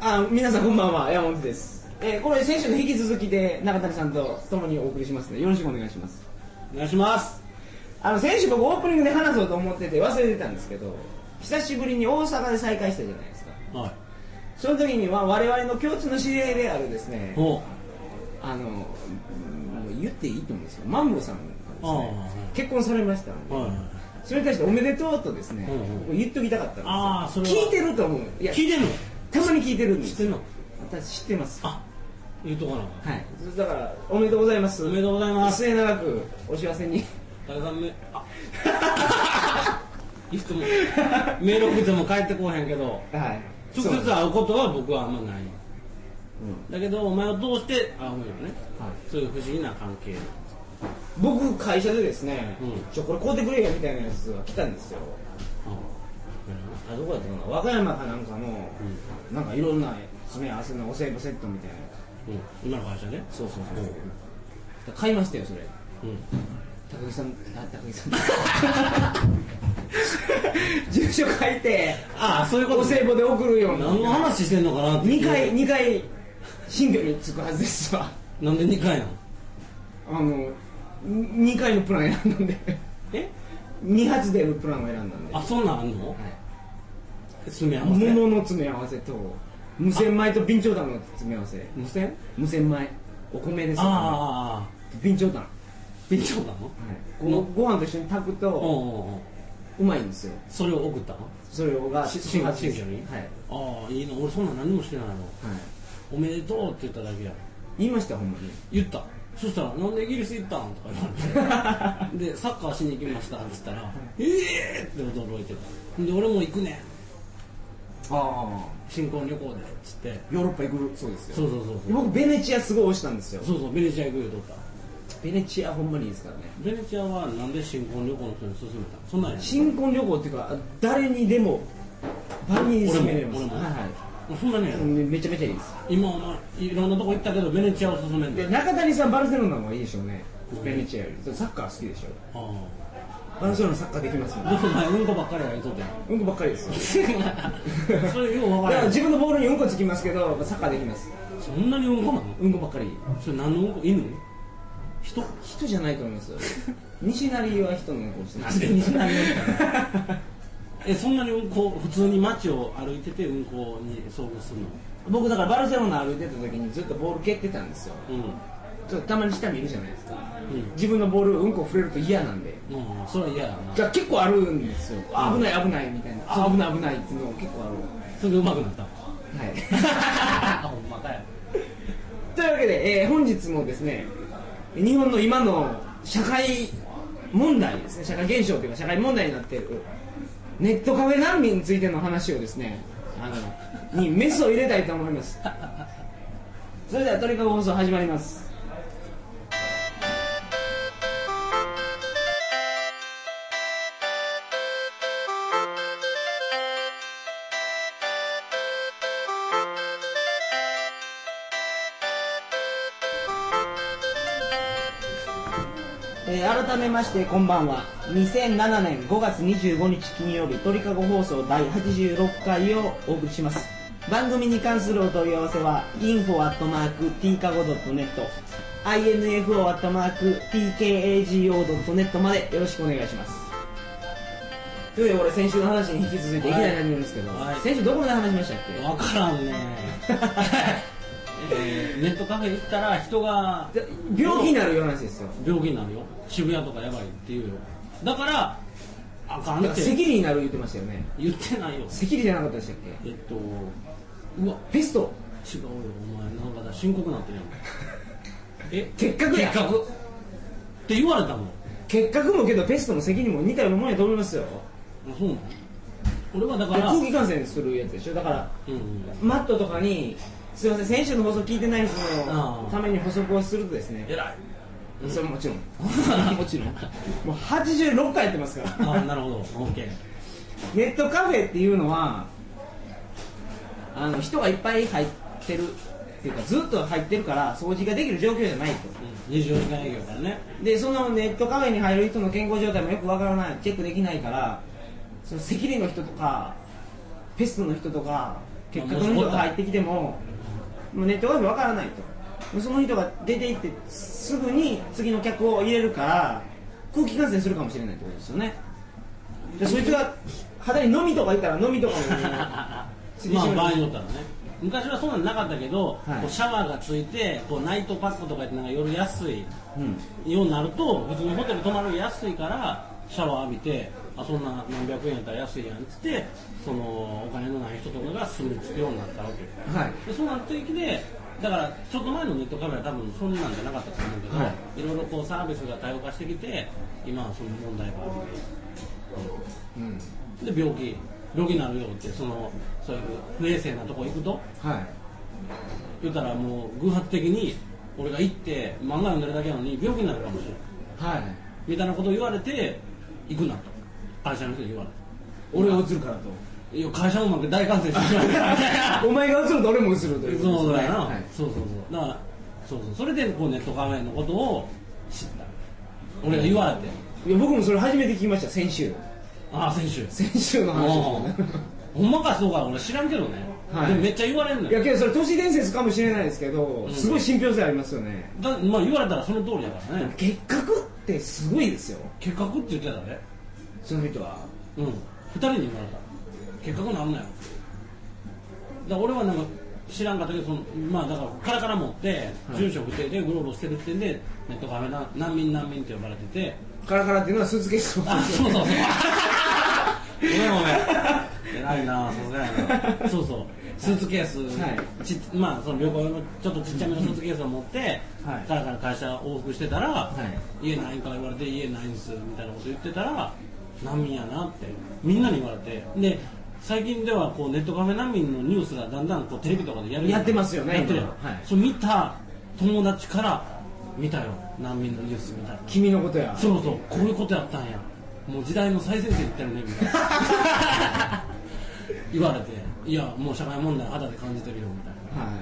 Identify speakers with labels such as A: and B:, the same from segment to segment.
A: あ皆さんこんばんは山本です、えーこれ先週の引き続きで中谷さんと共にお送りしますのでよろしくお願いします
B: お願いします
A: あの先週僕オープニングで話そうと思ってて忘れてたんですけど久しぶりに大阪で再会したじゃないですか
B: は
A: その時には我々の共通の知り合いであるですね
B: いおう
A: あのもう言っていいと思うんですよマンボさんがです
B: ああ
A: ね結婚されましたので
B: はいはい
A: それに対しておめでとうとですね、
B: うん
A: 言っときたかったんですよ
B: ああそれは
A: 聞いてると思ういや
B: 聞いてんの
A: たまに聞いてるんで
B: 知っ
A: す
B: てんの
A: 私知ってます
B: あ言うとかな
A: はいだからおめでとうございます
B: おめでとうございます
A: 末永くお幸せに
B: 誰さんめあ いつもメール送っても帰ってこうへんけど
A: はい
B: 直
A: そうなんです
B: 接会うことは僕はあんまないだけどお前を通して会うんよね
A: うんはい
B: そういう不思議な関係
A: 僕会社でですね、
B: うん
A: ちょこれ買うてくれよみたいなやつが来たんですよ
B: う
A: あどこだったかな和歌山かなんかの、なんかいろんな詰め合わせのお歳暮セットみたいなや
B: んうん今の会社で
A: つそうそうそうそう、だ買いましたよそれ
B: うん
A: 高木さんあ高木 さん住所書いて
B: ああそういうこと
A: お歳暮で送るような
B: 何の話してんのかなって
A: 2回二回新居に着くはずですわ
B: なんで2回なの
A: あの2回のプラン選んだんで
B: え
A: 2発出るプランを選んだんで、
B: あそんなんあんの
A: は
B: 詰め合
A: い、
B: わせ
A: 桃の詰め合わせと無洗米と備長炭の詰め合わせ
B: 無線
A: 無洗米お米ですよ
B: ああ
A: 備長炭、はい、
B: 便乗なの
A: このご飯と一緒に炊くと
B: おうおうおう
A: うまいんですよ
B: それを送ったの
A: それが
B: し
A: 新発
B: 新
A: で
B: 居
A: す
B: に
A: はい、はい、
B: ああいいの俺そんなん何もしてないのおめでとうって言っただけや
A: 言いましたほんまに
B: 言ったそしたら「なんでイギリス行ったん?」とか言わ れてで「サッカーしに行きました」って言ったら「ええー!」って驚いてたで俺も行くね
A: ああ
B: 新婚旅行でっつって
A: ヨーロッパ行くそうですよ
B: そうそうそうそう
A: 僕ベネチアすごい押したんですよ
B: そうそうベネチア行く言うとった
A: ベネチアほんまにいいですからね
B: ベネチアはなんで新婚旅行の人に勧めたのそんなんやねん
A: 新婚旅行っていうか誰にでも万人に勧めれます
B: 俺も俺も
A: はい
B: そんなんや
A: は
B: ね
A: い
B: ん
A: めめちゃめちゃいいです
B: 今お前いろんなとこ行ったけどベネチアを勧めん
A: で
B: で
A: 中谷さんバルセロナもいいでしょうね
B: うん
A: ベネチアよりサッカー好きでしょ
B: ああ
A: バルセロナサッカーできますも
B: で
A: ん
B: もお前うんこばっかりやりとって
A: うんこばっかりですよ
B: それよう分
A: だ
B: か
A: からら
B: ん
A: 自分のボールにうんこつきますけどサッカーできます
B: そんなにうんこなの
A: うんこばっかり
B: それ何のうんこ犬人
A: 人じゃないと思いますよ西成は人のうんこをしてま
B: なん
A: す
B: で西成はえそんなにうんこ普通に街を歩いててうんこに遭遇するの
A: 僕だからバルセロナ歩いてた時にずっとボール蹴ってたんですよ
B: う
A: ちょっとたまに下見るじゃないですか
B: んうん
A: 自分のボールうんこ触れると嫌なんで
B: うんそれは嫌やな
A: じゃあ結構あるんですよあ危ない危ないみたいなあ危ない危ないっていうの結構
B: それでうまくなった
A: あるは
B: ほんまかよ
A: いというわけで、えー本日もですね日本の今の社会問題ですね社会現象というか社会問題になっているネットカフェ難民についての話をですねあのにメスを入れたいと思いますそれではトリカゴ放送始まりますえー改めましてこんばんは2007年5月25日金曜日鳥かご放送第86回をお送りします番組に関するお問い合わせは info.tkago.net info.tkago.net までよろしくお願いしますということで俺先週の話に引き続いていきたいなと思うんですけど、
B: はい
A: 先週どこまで話しましたっけ
B: 分から んねえーネットカフェ行ったら人が
A: じゃ病気になるような話ですよ
B: 病気になるよ渋谷とかやばいって言うよだからあか
A: だ
B: ん
A: から
B: っ
A: 赤痢
B: て
A: になる言ってましたよね
B: 言ってないよ
A: 赤痢じゃなかったでしたっけ
B: えっとうわ
A: ペスト
B: 違うよお前なんかだ深刻なってるやんえ
A: 結核や
B: 結核って言われたもんあ
A: 結核もけどペストも責任も似たようなもんやと思いますよ
B: そうなの俺はだ
A: で
B: から
A: 空気感染するやつでしょだから
B: うんうん
A: マットとかにすいません先週の放送聞いてない人
B: あ
A: の
B: あ
A: ために補足をするとですね
B: 偉い
A: それもちろん もちろんもう86回やってますから
B: ああなるほどオッケー
A: ネットカフェっていうのはあの人がいっぱい入ってるっていうかずっと入ってるから掃除ができる状況じゃないと
B: うん24時間営業からね
A: でそのネットカフェに入る人の健康状態もよくわからないチェックできないからその赤痢の人とかペストの人とか結果どの人が入ってきてももうネットカフェわからないともうその人が出て行ってすぐに次の客を入れるから空気感染するかもしれないってことですよねでそいつが肌に飲みとかいたら飲みとかに
B: まあ場合によったらね昔はそんなんなかったけど、
A: はい
B: こうシャワーがついてこうナイトパックとかやってなんか夜安い
A: うん
B: ようになると普通のホテル泊まるより安いからシャワー浴びてあそんな何百円やったら安いやんっつってそのお金のない人とかが住み着くようになったわけよ
A: はい
B: でそうなった時でだからちょっと前のネットカメラ多分そんなんじゃなかったと思うけど、、
A: はい
B: ろいろこうサービスが多様化してきて今はその問題がある
A: うん
B: でで病気病気になるよってそのそういう不衛生なとこ行くと
A: はい
B: 言ったらもう偶発的に俺が行って漫画読んでるだけなのに病気になるかもしれない
A: はい
B: みたいなことを言われて行くなと会社の人に言われ
A: 俺が映るからと
B: ていや会社のなんか大感染してしまうから
A: お前が映ると俺も映ると
B: そ
A: いううことです
B: そうだ
A: ね
B: よな、
A: はい
B: そうそうそうだからそうそうそれでこうネットカフェのことを知った俺が言われて
A: いや僕もそれ初めて聞きました先週
B: ああ選手
A: 先週の話ですよね
B: ほんまかそうか俺知らんけどね、
A: はい
B: でもめっちゃ言われん の
A: いや
B: よ
A: けどそれ都市伝説かもしれないですけど、
B: ん
A: すごい信憑性ありますよね
B: だまあ言われたらその通りだからね
A: 結核ってすごいですよ
B: 結核って言ってたね
A: その人は
B: うん2人に言われた結核なんなよだから俺はなんか知らんかったけどそのまあだからカラカラ持って住所不定でうろうろしてるってんでネットカフェな難民難民って呼ばれてて
A: カラカラっていうのはスーツケースを
B: あそうそうそうごめんごめん偉いなさすがやなそうそうスーツケース、
A: はい
B: ちっまあその旅行用のちょっとちっちゃめのスーツケースを持って、
A: はい
B: カラカラ会社往復してたら、
A: い
B: 家ないんから言われて家ないんすみたいなこと言ってたら難民やなってみんなに言われてで最近ではこうネットカフェ難民のニュースがだんだんこうテレビとかでやる
A: やってますよね
B: やってるやん、
A: 今はい
B: それ見た友達から見たよ難民のニュースみたいな
A: 君のことや
B: そうそうこういうことやったんやもう時代の最先端行ったよねみたいな 言われていやもう社会問題肌で感じてるよみたいな
A: は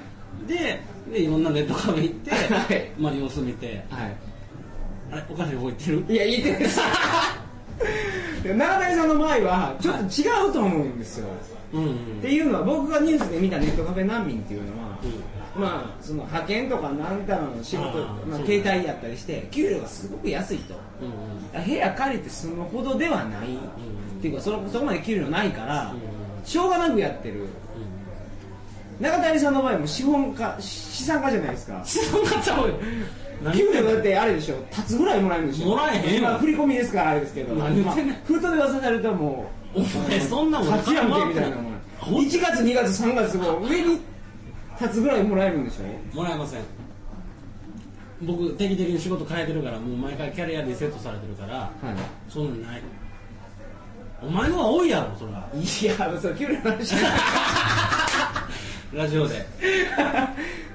B: ででいろんなネットカフェ行って、
A: はい
B: まあ様子見て
A: いは
B: あれおかしい方行ってる
A: いいや言ってないです で中谷さんの場合はちょっと違うと思うんですよ、
B: うんうん
A: っていうのは僕がニュースで見たネットカフェ難民っていうのは、まあその派遣とかなんたらの仕事
B: あー
A: まあ、
B: そう
A: 携帯やったりして給料がすごく安いと
B: うんうん
A: 部屋借りて住むほどではない、っていうかそのそこまで給料ないから、
B: うん
A: しょうがなくやってる中谷さんの場合も資本家資産家じゃないですか
B: そんなちゃうよ
A: 給料だってあれでしょ立つぐらいもらえるんでしょ
B: もらえへんよ
A: まあ振り込みですからあれですけど
B: 何言ってんねん
A: まあ封筒で噂されるともう
B: お前そんなもん
A: 立つやんけみたいな
B: も
A: もん1月2月3月も上に立つぐらいもらえるんでしょ
B: らえません僕定期的に仕事変えてるからもう毎回キャリアリセットされてるから
A: はい
B: そんなんないお前のは多いやろそら
A: いやそれ給料の話
B: ラジオで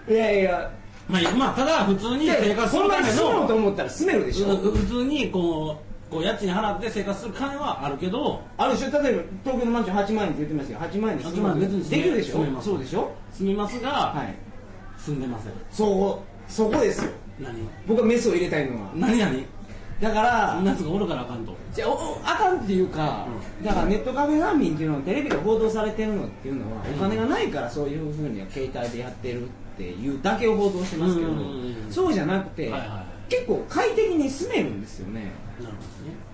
A: いやいや
B: まあ、まあ、ただ普通に
A: いや
B: 生活す
A: ほん
B: る
A: ま
B: た
A: に
B: め
A: 住もうと
B: の
A: 思ったら住めるでしょ
B: うん普通にこうこう家賃払って生活する金はあるけど
A: あるでしょ例えば東京のマンション8万円って言ってましたけど8万円で住む
B: 8万円別に住め
A: できるでし
B: 住めま
A: ょ
B: す
A: そうでしょ
B: 住みますが、
A: はい
B: 住んでません
A: そうそこですよ
B: 何
A: 僕はメスを入れたいのは
B: 何何
A: だから
B: あんなやつがおるからあかんと
A: じゃあおおあかんっていうか、だからネットカフェ難民っていうのはテレビで報道されてるのっていうのは、
B: うん
A: お金がないからそういうふうには携帯でやってるっていうだけを報道してますけど、
B: うんうんうんうん
A: そうじゃなくて、
B: はいはいは
A: 結構快適に住めるんですよね
B: なるほどね、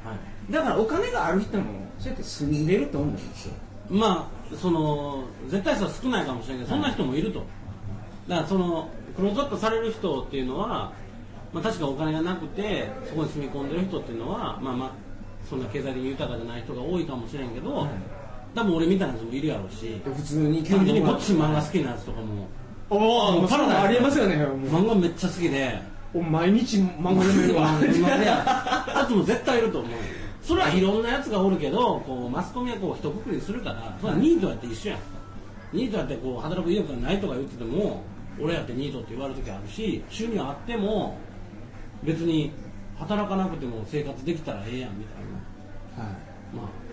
B: はい
A: だからお金がある人もそうやって住んでると思うんですよ
B: まあその絶対数は少ないかもしれないけどそんな人もいると、だからそのクローズアップされる人っていうのは、まあ、確かお金がなくてそこに住み込んでる人っていうのはまあまあそんな経済的に豊かじゃない人が多いかもしれんけど、
A: はい
B: 多分俺みたいな人もいるやろうし
A: 普通に
B: 単純にこっち漫画好きなやつとかも
A: おお
B: パラダイス
A: ありえますよねもう
B: 漫画めっちゃ好きで
A: お毎日漫画読めるわ
B: 漫画 ややつも絶対いると思うそれはいろんなやつがおるけどこうマスコミはこう一括りにするからそれはニートやって一緒やんニートやってこう働く意欲がないとか言ってても俺やってニートって言われる時あるし収入あっても別に働かなくても生活できたらええやんみたいなまあ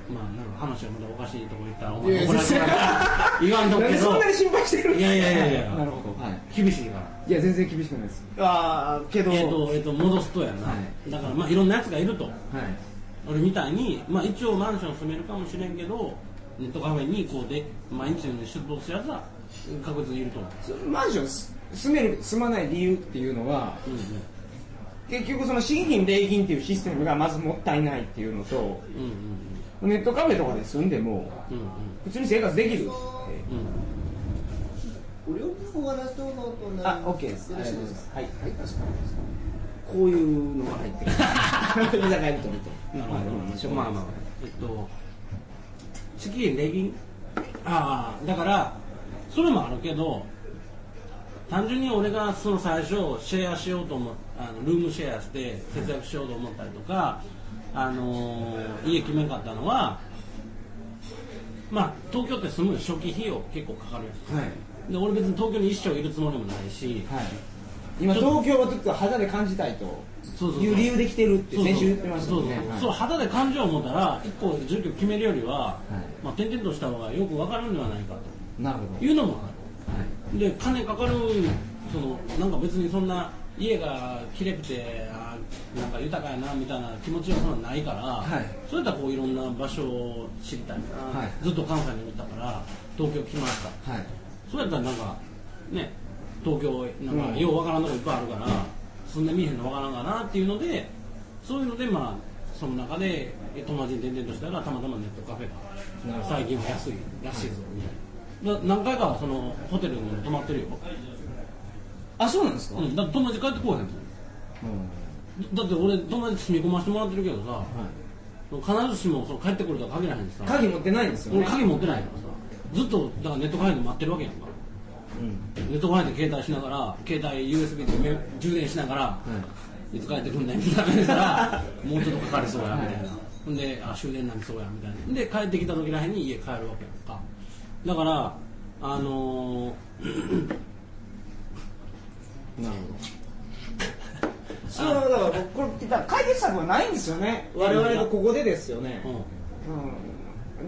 B: まあなんか話はまだおかしいとこ言ったらお
A: いやい
B: 前
A: や
B: 怒られるから言わん
A: な
B: とく
A: ん
B: け
A: でそんなに
B: ど
A: 心配してるんですか
B: いやいやいやいや
A: なるほど、はい
B: 厳しいから
A: いや全然厳しくないですああけど、
B: えっとえっと戻すとやな、
A: は
B: だからまあいろんなやつがいると
A: はい
B: 俺みたいに、まあ、一応マンション住めるかもしれんけどネットカフェにこうで毎日のように出動するやつは確実にいると思う、
A: そのマンションす住める住まない理由っていうのは
B: うん
A: 結局その新品礼金っていうシステムがまずもったいないっていうのと
B: うん、うん
A: ネットカフェとかで住んでも
B: うんうん
A: 普通に生活できるって
B: うんうん
C: ご両方お話どうぞとな
A: あ OK です
C: よろしいですか
A: ありがとう
C: かしこまりました
A: こういうのが入 ってくる居酒屋みたいな
B: なるほど、まあまあ、えっと、資金、礼金、ああ、だから、それもあるけど、単純に俺がその最初、シェアしようと思うあの、ルームシェアして、節約しようと思ったりとか、あのー家決めんかったのは、まあ、東京って住む初期費用結構かかるや
A: はい、
B: んで俺別に東京に一生いるつもりもないし、
A: はい、今
B: ちょっと
A: 東京をちょっと肌で感じたいと
B: そうそうそう
A: いう理由で来てるって
B: そうそう
A: 先週言ってましたもんね
B: そうそう
A: はい
B: そう肌で感情を持ったら一個住居決めるよりは、
A: い
B: まあ、転々とした方がよく分かるんではないか
A: なるほ
B: というのもあ
A: ど、はい
B: るで金かかるそのなんか別にそんな家がきれくてあーなんか豊かやなみたいな気持ちはそんなないから、
A: はい
B: そういったこういろんな場所を知りたいな、
A: はい
B: ずっと関西におったから東京来ました
A: はい
B: そうやったらなんかね東京なん
A: うん
B: かようわからんとこいっぱいあるから、住んでみえへんのわからんかなっていうのでそういうのでまあその中でえ友達に転々としたらたまたまネットカフェ
A: なる
B: が
A: ほど
B: 最近は安いらしいぞみたいな、だ何回かはそのホテルに泊まってるよ、
A: あそうなんですか、
B: うん、だって友達帰ってこうへんもんだだって俺友達住み込ませてもらってるけどさ必ずしもその帰ってくるとは限らへんしさ
A: 鍵持ってないんですよね
B: 俺鍵持ってないからさずっとだからネットカフェで待ってるわけやんか
A: うん
B: ネットカフェで携帯しながら携帯 USB でめ充電しながら、い、つ帰ってくんねんみたいな感じしたら もうちょっとかかりそうやみたいな、ほんであ終電なんそうやみたいなで帰ってきた時らへんに家帰るわけやんかだからあのー
A: なるほ どそうだから僕これ聞いたら解決策はないんですよね我々のここでですよね、
B: うん
A: うん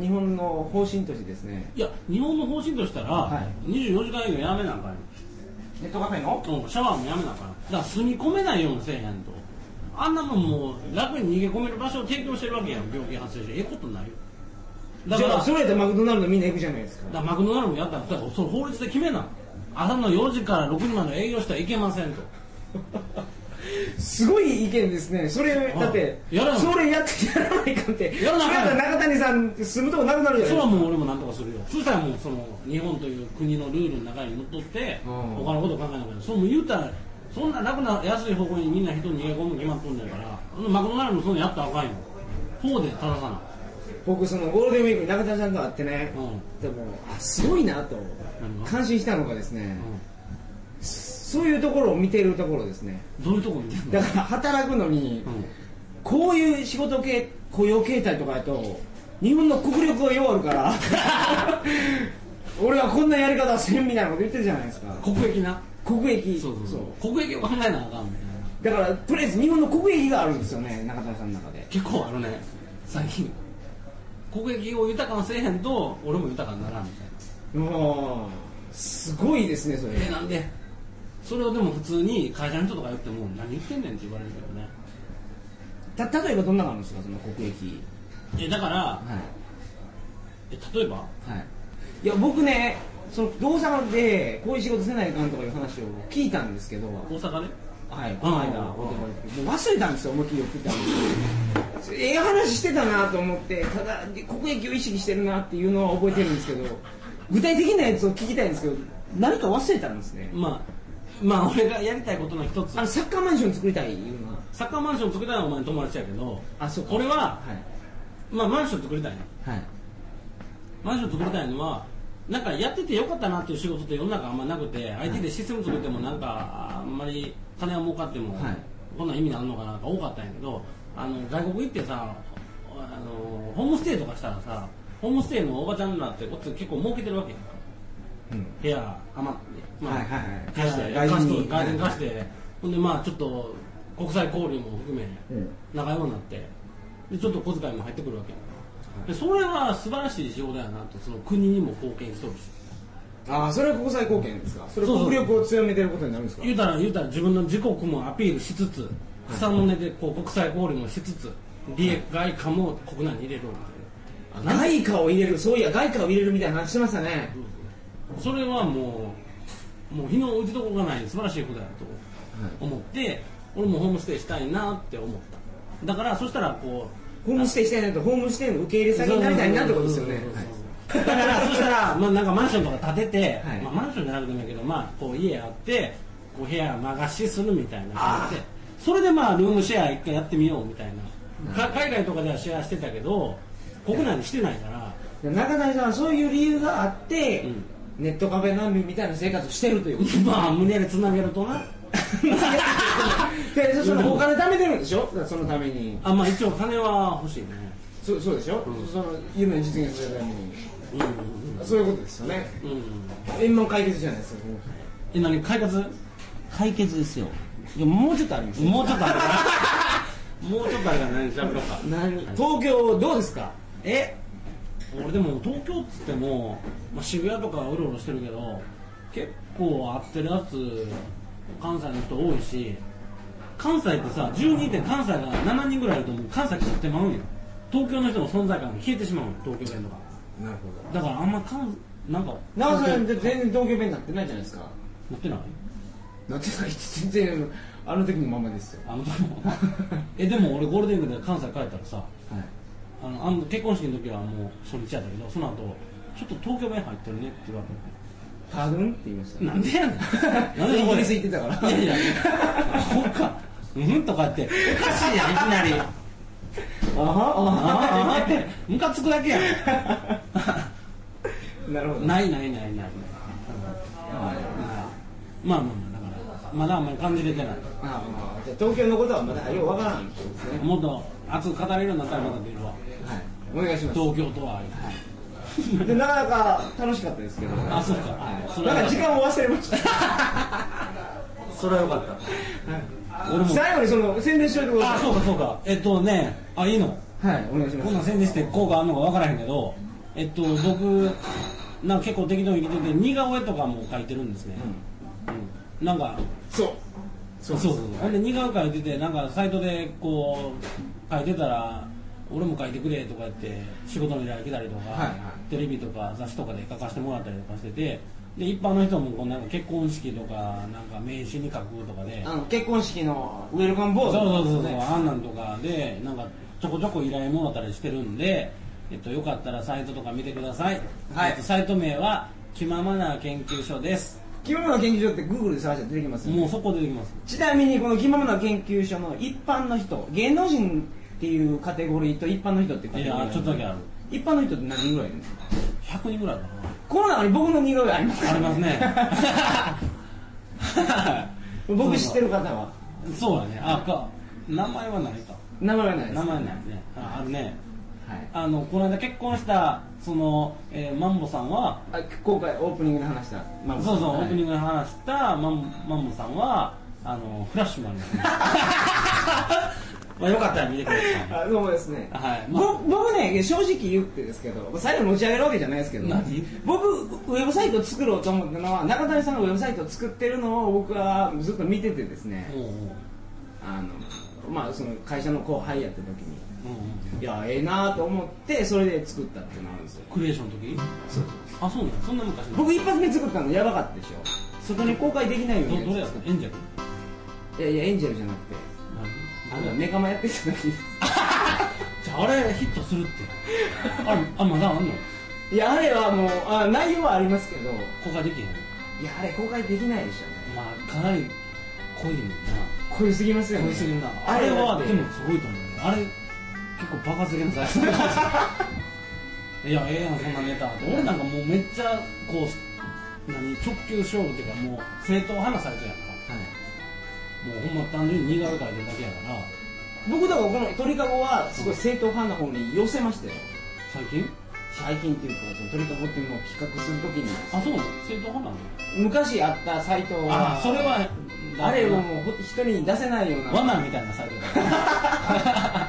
A: 日本の方針としてですね
B: いや日本の方針としたら、
A: は
B: 24時間営業やめなあかんよ
A: ネットカフェの
B: うんシャワーもやめなあかんだから住み込めないようにせえへんとあんなもんもう楽に逃げ込める場所を提供してるわけやん病気発生してええことないよだ
A: じ
B: か
A: ゃ
B: ら
A: あそれやったらマクドナルドみんな行くじゃないですか
B: だからマクドナルドもやったらそれそれ法律で決めな朝の4時から6時までの営業してはいけませんと
A: すごい意見ですねそれ
B: あ
A: だって
B: やらな
A: それやってやらないかって
B: やらなあかん
A: それやったら中谷さん住むとこなくなるじゃ
B: そ
A: ないです
B: れは
A: か
B: もう俺もなんとかするよそしたらもうその日本という国のルールの中にのっとって
A: うん
B: 他のことを考えなきゃそうもう言うたらそんな楽な安い方向にみんな人逃げ込む決まっとんねんからそのマクドナルドもそんなんやったらあかんよ法で正さな
A: 僕そのゴールデンウィークに中谷さんと会ってね、
B: うん
A: でもあすごいなと
B: 何が
A: 感心したのがですね、
B: う
A: そういうところを見てるところですね
B: んどういうとこ見てんの
A: だから働くのに、
B: うん
A: こういう仕事系雇用形態とかやと日本の国力が弱るから 俺はこんなやり方はせんみたいなこと言ってるじゃないですか
B: 国益な
A: 国益
B: そうそうそう
A: そう
B: 国益を考えなあかんみたいな
A: だからとりあえず日本の国益があるんですよね中田さんの中で
B: 結構あるね最近国益を豊かにせえへんと俺も豊かにならんみたいな
A: もうすごいですねそれ
B: えなんでそれをでも普通に会社の人とか言っても何言ってんねんって言われるけどね
A: た例えばどんなのがあるんですかその国益
B: えだから
A: はい
B: え例えば
A: はいいや僕ねその大阪でこういう仕事せないかんとかいう話を聞いたんですけど
B: 大阪で
A: はい、この間、
B: うん
A: もう忘れたんですよ、思いっきり送ったんですけど、ええ話してたなと思って、ただ、国益を意識してるなっていうのは覚えてるんですけど、具体的なやつを聞きたいんですけど、何か忘れたんですね、
B: まあまあ俺がやりたいことの一つ
A: あのサッカーマンション作りたいいうのは、
B: サッカーマンション作りたいのはお前の友達やけど
A: あそうか
B: これは、
A: はい、
B: まあ、マンション作りたいね
A: はい、
B: マンション作りたいのはなんかやっててよかったなっていう仕事って世の中あんまなくて IT でシステム作ってもなんかあんまり金は儲かっても
A: はい
B: こんなん意味あんのかなが多かったんやけどあの外国行ってさあのホームステイとかしたらさホームステイのおばちゃんらってこっち結構儲けてるわけやんか
A: うん、
B: 部屋余って、
A: はいはいはい
B: 貸して
A: 外
B: 貸
A: 人
B: し
A: に
B: て外人貸してほんでまあちょっと国際交流も含め
A: うん
B: 仲良くなってでちょっと小遣いも入ってくるわけやんかでそれは素晴らしい仕事やなとその国にも貢献しとるし
A: ああ、それは国際貢献ですか、それ、
B: そうそう
A: 国力を強めてることになるんですか、
B: 言うたら言うたら自分の自国もアピールしつつ草の根でこう国際交流もしつつ利益外貨も国内に入れるみたいな
A: 外貨を入れるそういや外貨を入れるみたいな話してましたね
B: それはもうもう日の打ちどころがない素晴らしいことだと思って、俺もホームステイしたいなって思っただからそしたらこう
A: ホームステイしたいなとホームステイの受け入れ先になりたいなってことですよね
B: だからそしたら、まあ、なんかマンションとか建てて、
A: はい
B: まあ、マンションじゃなくてもいいけど、まあ、こう家あってこう部屋間貸しするみたいな感じでそれでまあルームシェア一回やってみようみたいなか海外とかではシェアしてたけど国内にしてないから
A: 中谷さんはそういう理由があって、
B: うん
A: ネットカフェ難民みたいな生活をしてるということ
B: まあ無理やりつなげるとな
A: でそそのお金貯めてるんでしょだからそのために
B: あまあ一応金は欲しいね
A: そそうでしょ、その夢を実現するために
B: うんうん
A: そういうことですよね
B: うんうん
A: 円満解決じゃないですか
B: え何快活
D: 解決ですよいやもうちょっとあります
B: もうちょっとあるかなもうちょっとあるから何しゃべろうか
D: 何
A: 東京どうですか
D: え
B: 俺でも東京っつっても、まあ、渋谷とかうろうろしてるけど結構会ってるやつ関西の人多いし関西ってさ12人って関西が7人ぐらいいるともう関西知ってまうんよ東京の人の存在感が消えてしまうの東京弁とか
A: なるほ
B: だからあんま関なんか
A: 長さん全然東京弁になってないじゃないですか
B: 持ってない
A: なってない全然あの時のままですよ
B: あの えでも俺ゴールデンウィークで関西帰ったらさ
A: はい
B: あのあの結婚式の時はもう初日やったけどその後ちょっと東京弁入ってるねって言われて
A: パドゥンって言いました
B: なんでやねん。なんでそ
A: イ
B: こ
A: ギ
B: で
A: リス行ってたから
B: いやいや。ほっか。うんとかって、おかしいやん、いきなり。
A: あは
B: ああって、ムカつくだけや
A: あなるほ
B: ん。
A: ど
B: ないないないない。まあまあまあ、だから、まだあんまり感じれてない。
A: あまあじゃあ東京のことはまだようわからんってことですね
B: もっと熱く語れるようになったらまた出るわ。
A: はいお願いします
B: 東京とは。
A: でなかなか楽しかったですけど
B: あ、そうか。それ
A: な
B: は
A: んか時間を忘れま した
B: それはよかった。俺も。
A: 最後にその宣伝しといてくだ
B: あ、
A: さ
B: そうかそうか。えっとね、あ、いいの
A: いはいお願いし
B: こん
A: ま
B: なん
A: す
B: 宣伝して効果あるのか分からへんけど、えっと、僕、なんか結構適当に生きてて、似顔絵とかも描いてるんですね。うんなんか、
A: そう
B: そうそうほんで似顔絵描いてて、なんかサイトでこう、描いてたら、俺も描いてくれとか言って、仕事の依頼来たりとか、
A: はいは
B: テレビとか雑誌とかで描かせてもらったりとかしてて、で一般の人もこうなんか結婚式とか、なんか名刺に書くとかで、
A: あの結婚式のウェルカムボー
B: そう
A: ド
B: そうそうそう、あんなんとかで、なんかちょこちょこ依頼もらったりしてるんで、えっと、よかったらサイトとか見てください。
A: はい
B: えっと、サイト名は、気ままな研究所です。
A: 気ままな研究所って Google で探したら出てきますよ
B: もうそこ出てきます。
A: ちなみにこの気ままな研究所の一般の人芸能人っていうカテゴリーと一般の人っていうカテ
B: い
A: ゴリー
B: や、ちょっとだけある。
A: 一般の人って何人ぐらいいるんですか
B: 100人ぐらいか
A: この中に僕の似顔絵あります
B: な。ありますね。
A: 僕知ってる方は
B: そうだね。あ、か、名前はないか。
A: 名前はないです
B: 名前ないね。ああるね。
A: はい
B: あの、この間結婚した、その、えーマンボさんは、
A: あ今回オープニングで話したまあ
B: そうそう、
A: はい
B: オープニングで話したマンマンモさんはあのフラッシュマンです、ね、 まあよかったら見てください
A: あそうですね、
B: はい
A: ぼ僕ね正直言ってですけど最後持ち上げるわけじゃないですけど
B: 何
A: 僕ウェブサイトを作ろうと思ったのは中谷さんがウェブサイトを作ってるのを僕はずっと見ててですね
B: もうもう
A: あの、まあ、その会社の後輩やった時に
B: も
A: いやええなと思ってそれで作ったってなるんですよ
B: うクリエーションの時
A: そう
B: あそうなんそんな昔の
A: 僕一発目作ったのやばかったでしょそこに公開できないよう
B: どど
A: に
B: れや
A: 作っ
B: エンジェル
A: たいやいやエンジェルじゃなくてあのメカマやってた時
B: じゃああれヒットするってあれあまだあんの
A: いやあれはもうあ内容はありますけどい
B: 公開できへん
A: やあれ公開できないでしょね
B: まあかなり濃いねんな
A: 濃いすぎますよね
B: 濃いすぎるな
A: あ
B: あ
A: れ
B: れ
A: は
B: は
A: で
B: で
A: も
B: もすごいと思うねあれ結構爆発的な才能いやええやんそんなネタ俺なんかもうめっちゃこう何直球勝負っていうかもう正統派なサイトやんかもうほんま単純に似顔絵描いてるだけやから
A: 僕だからこの鳥かごはすごい正統派の方に寄せましたよ
B: 最近
A: 最近っていうかその鳥かごっていうのを企画するときに
B: あそうなの正統派なの
A: 昔あったサイトは
B: あそれは
A: あれはもう人に出せないような
B: 罠みたいなサイトだから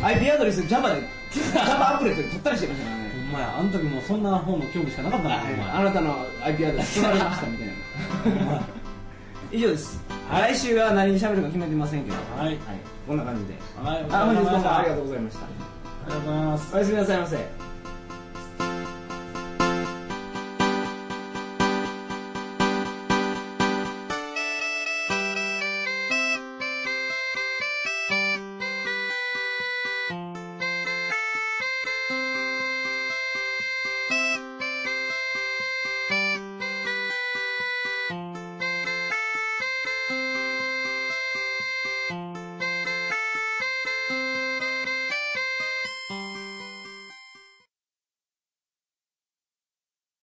A: IP アドレス Java で Java アプレで取ったりしてましたからね
B: ほんまやあの時もうそんな方の興味しかなかったなほんま
A: あなたの IP アドレス取られましたみたいな
B: はい
A: 以上です来週は何に喋るか決めてませんけど
B: はい
A: こんな感じで
B: はいお疲れ様で
A: あ本日どう
B: し
A: も
B: た
A: あ
B: あ
A: りが
B: りがと
A: とうございました
B: うございます
A: おやすみなさいませ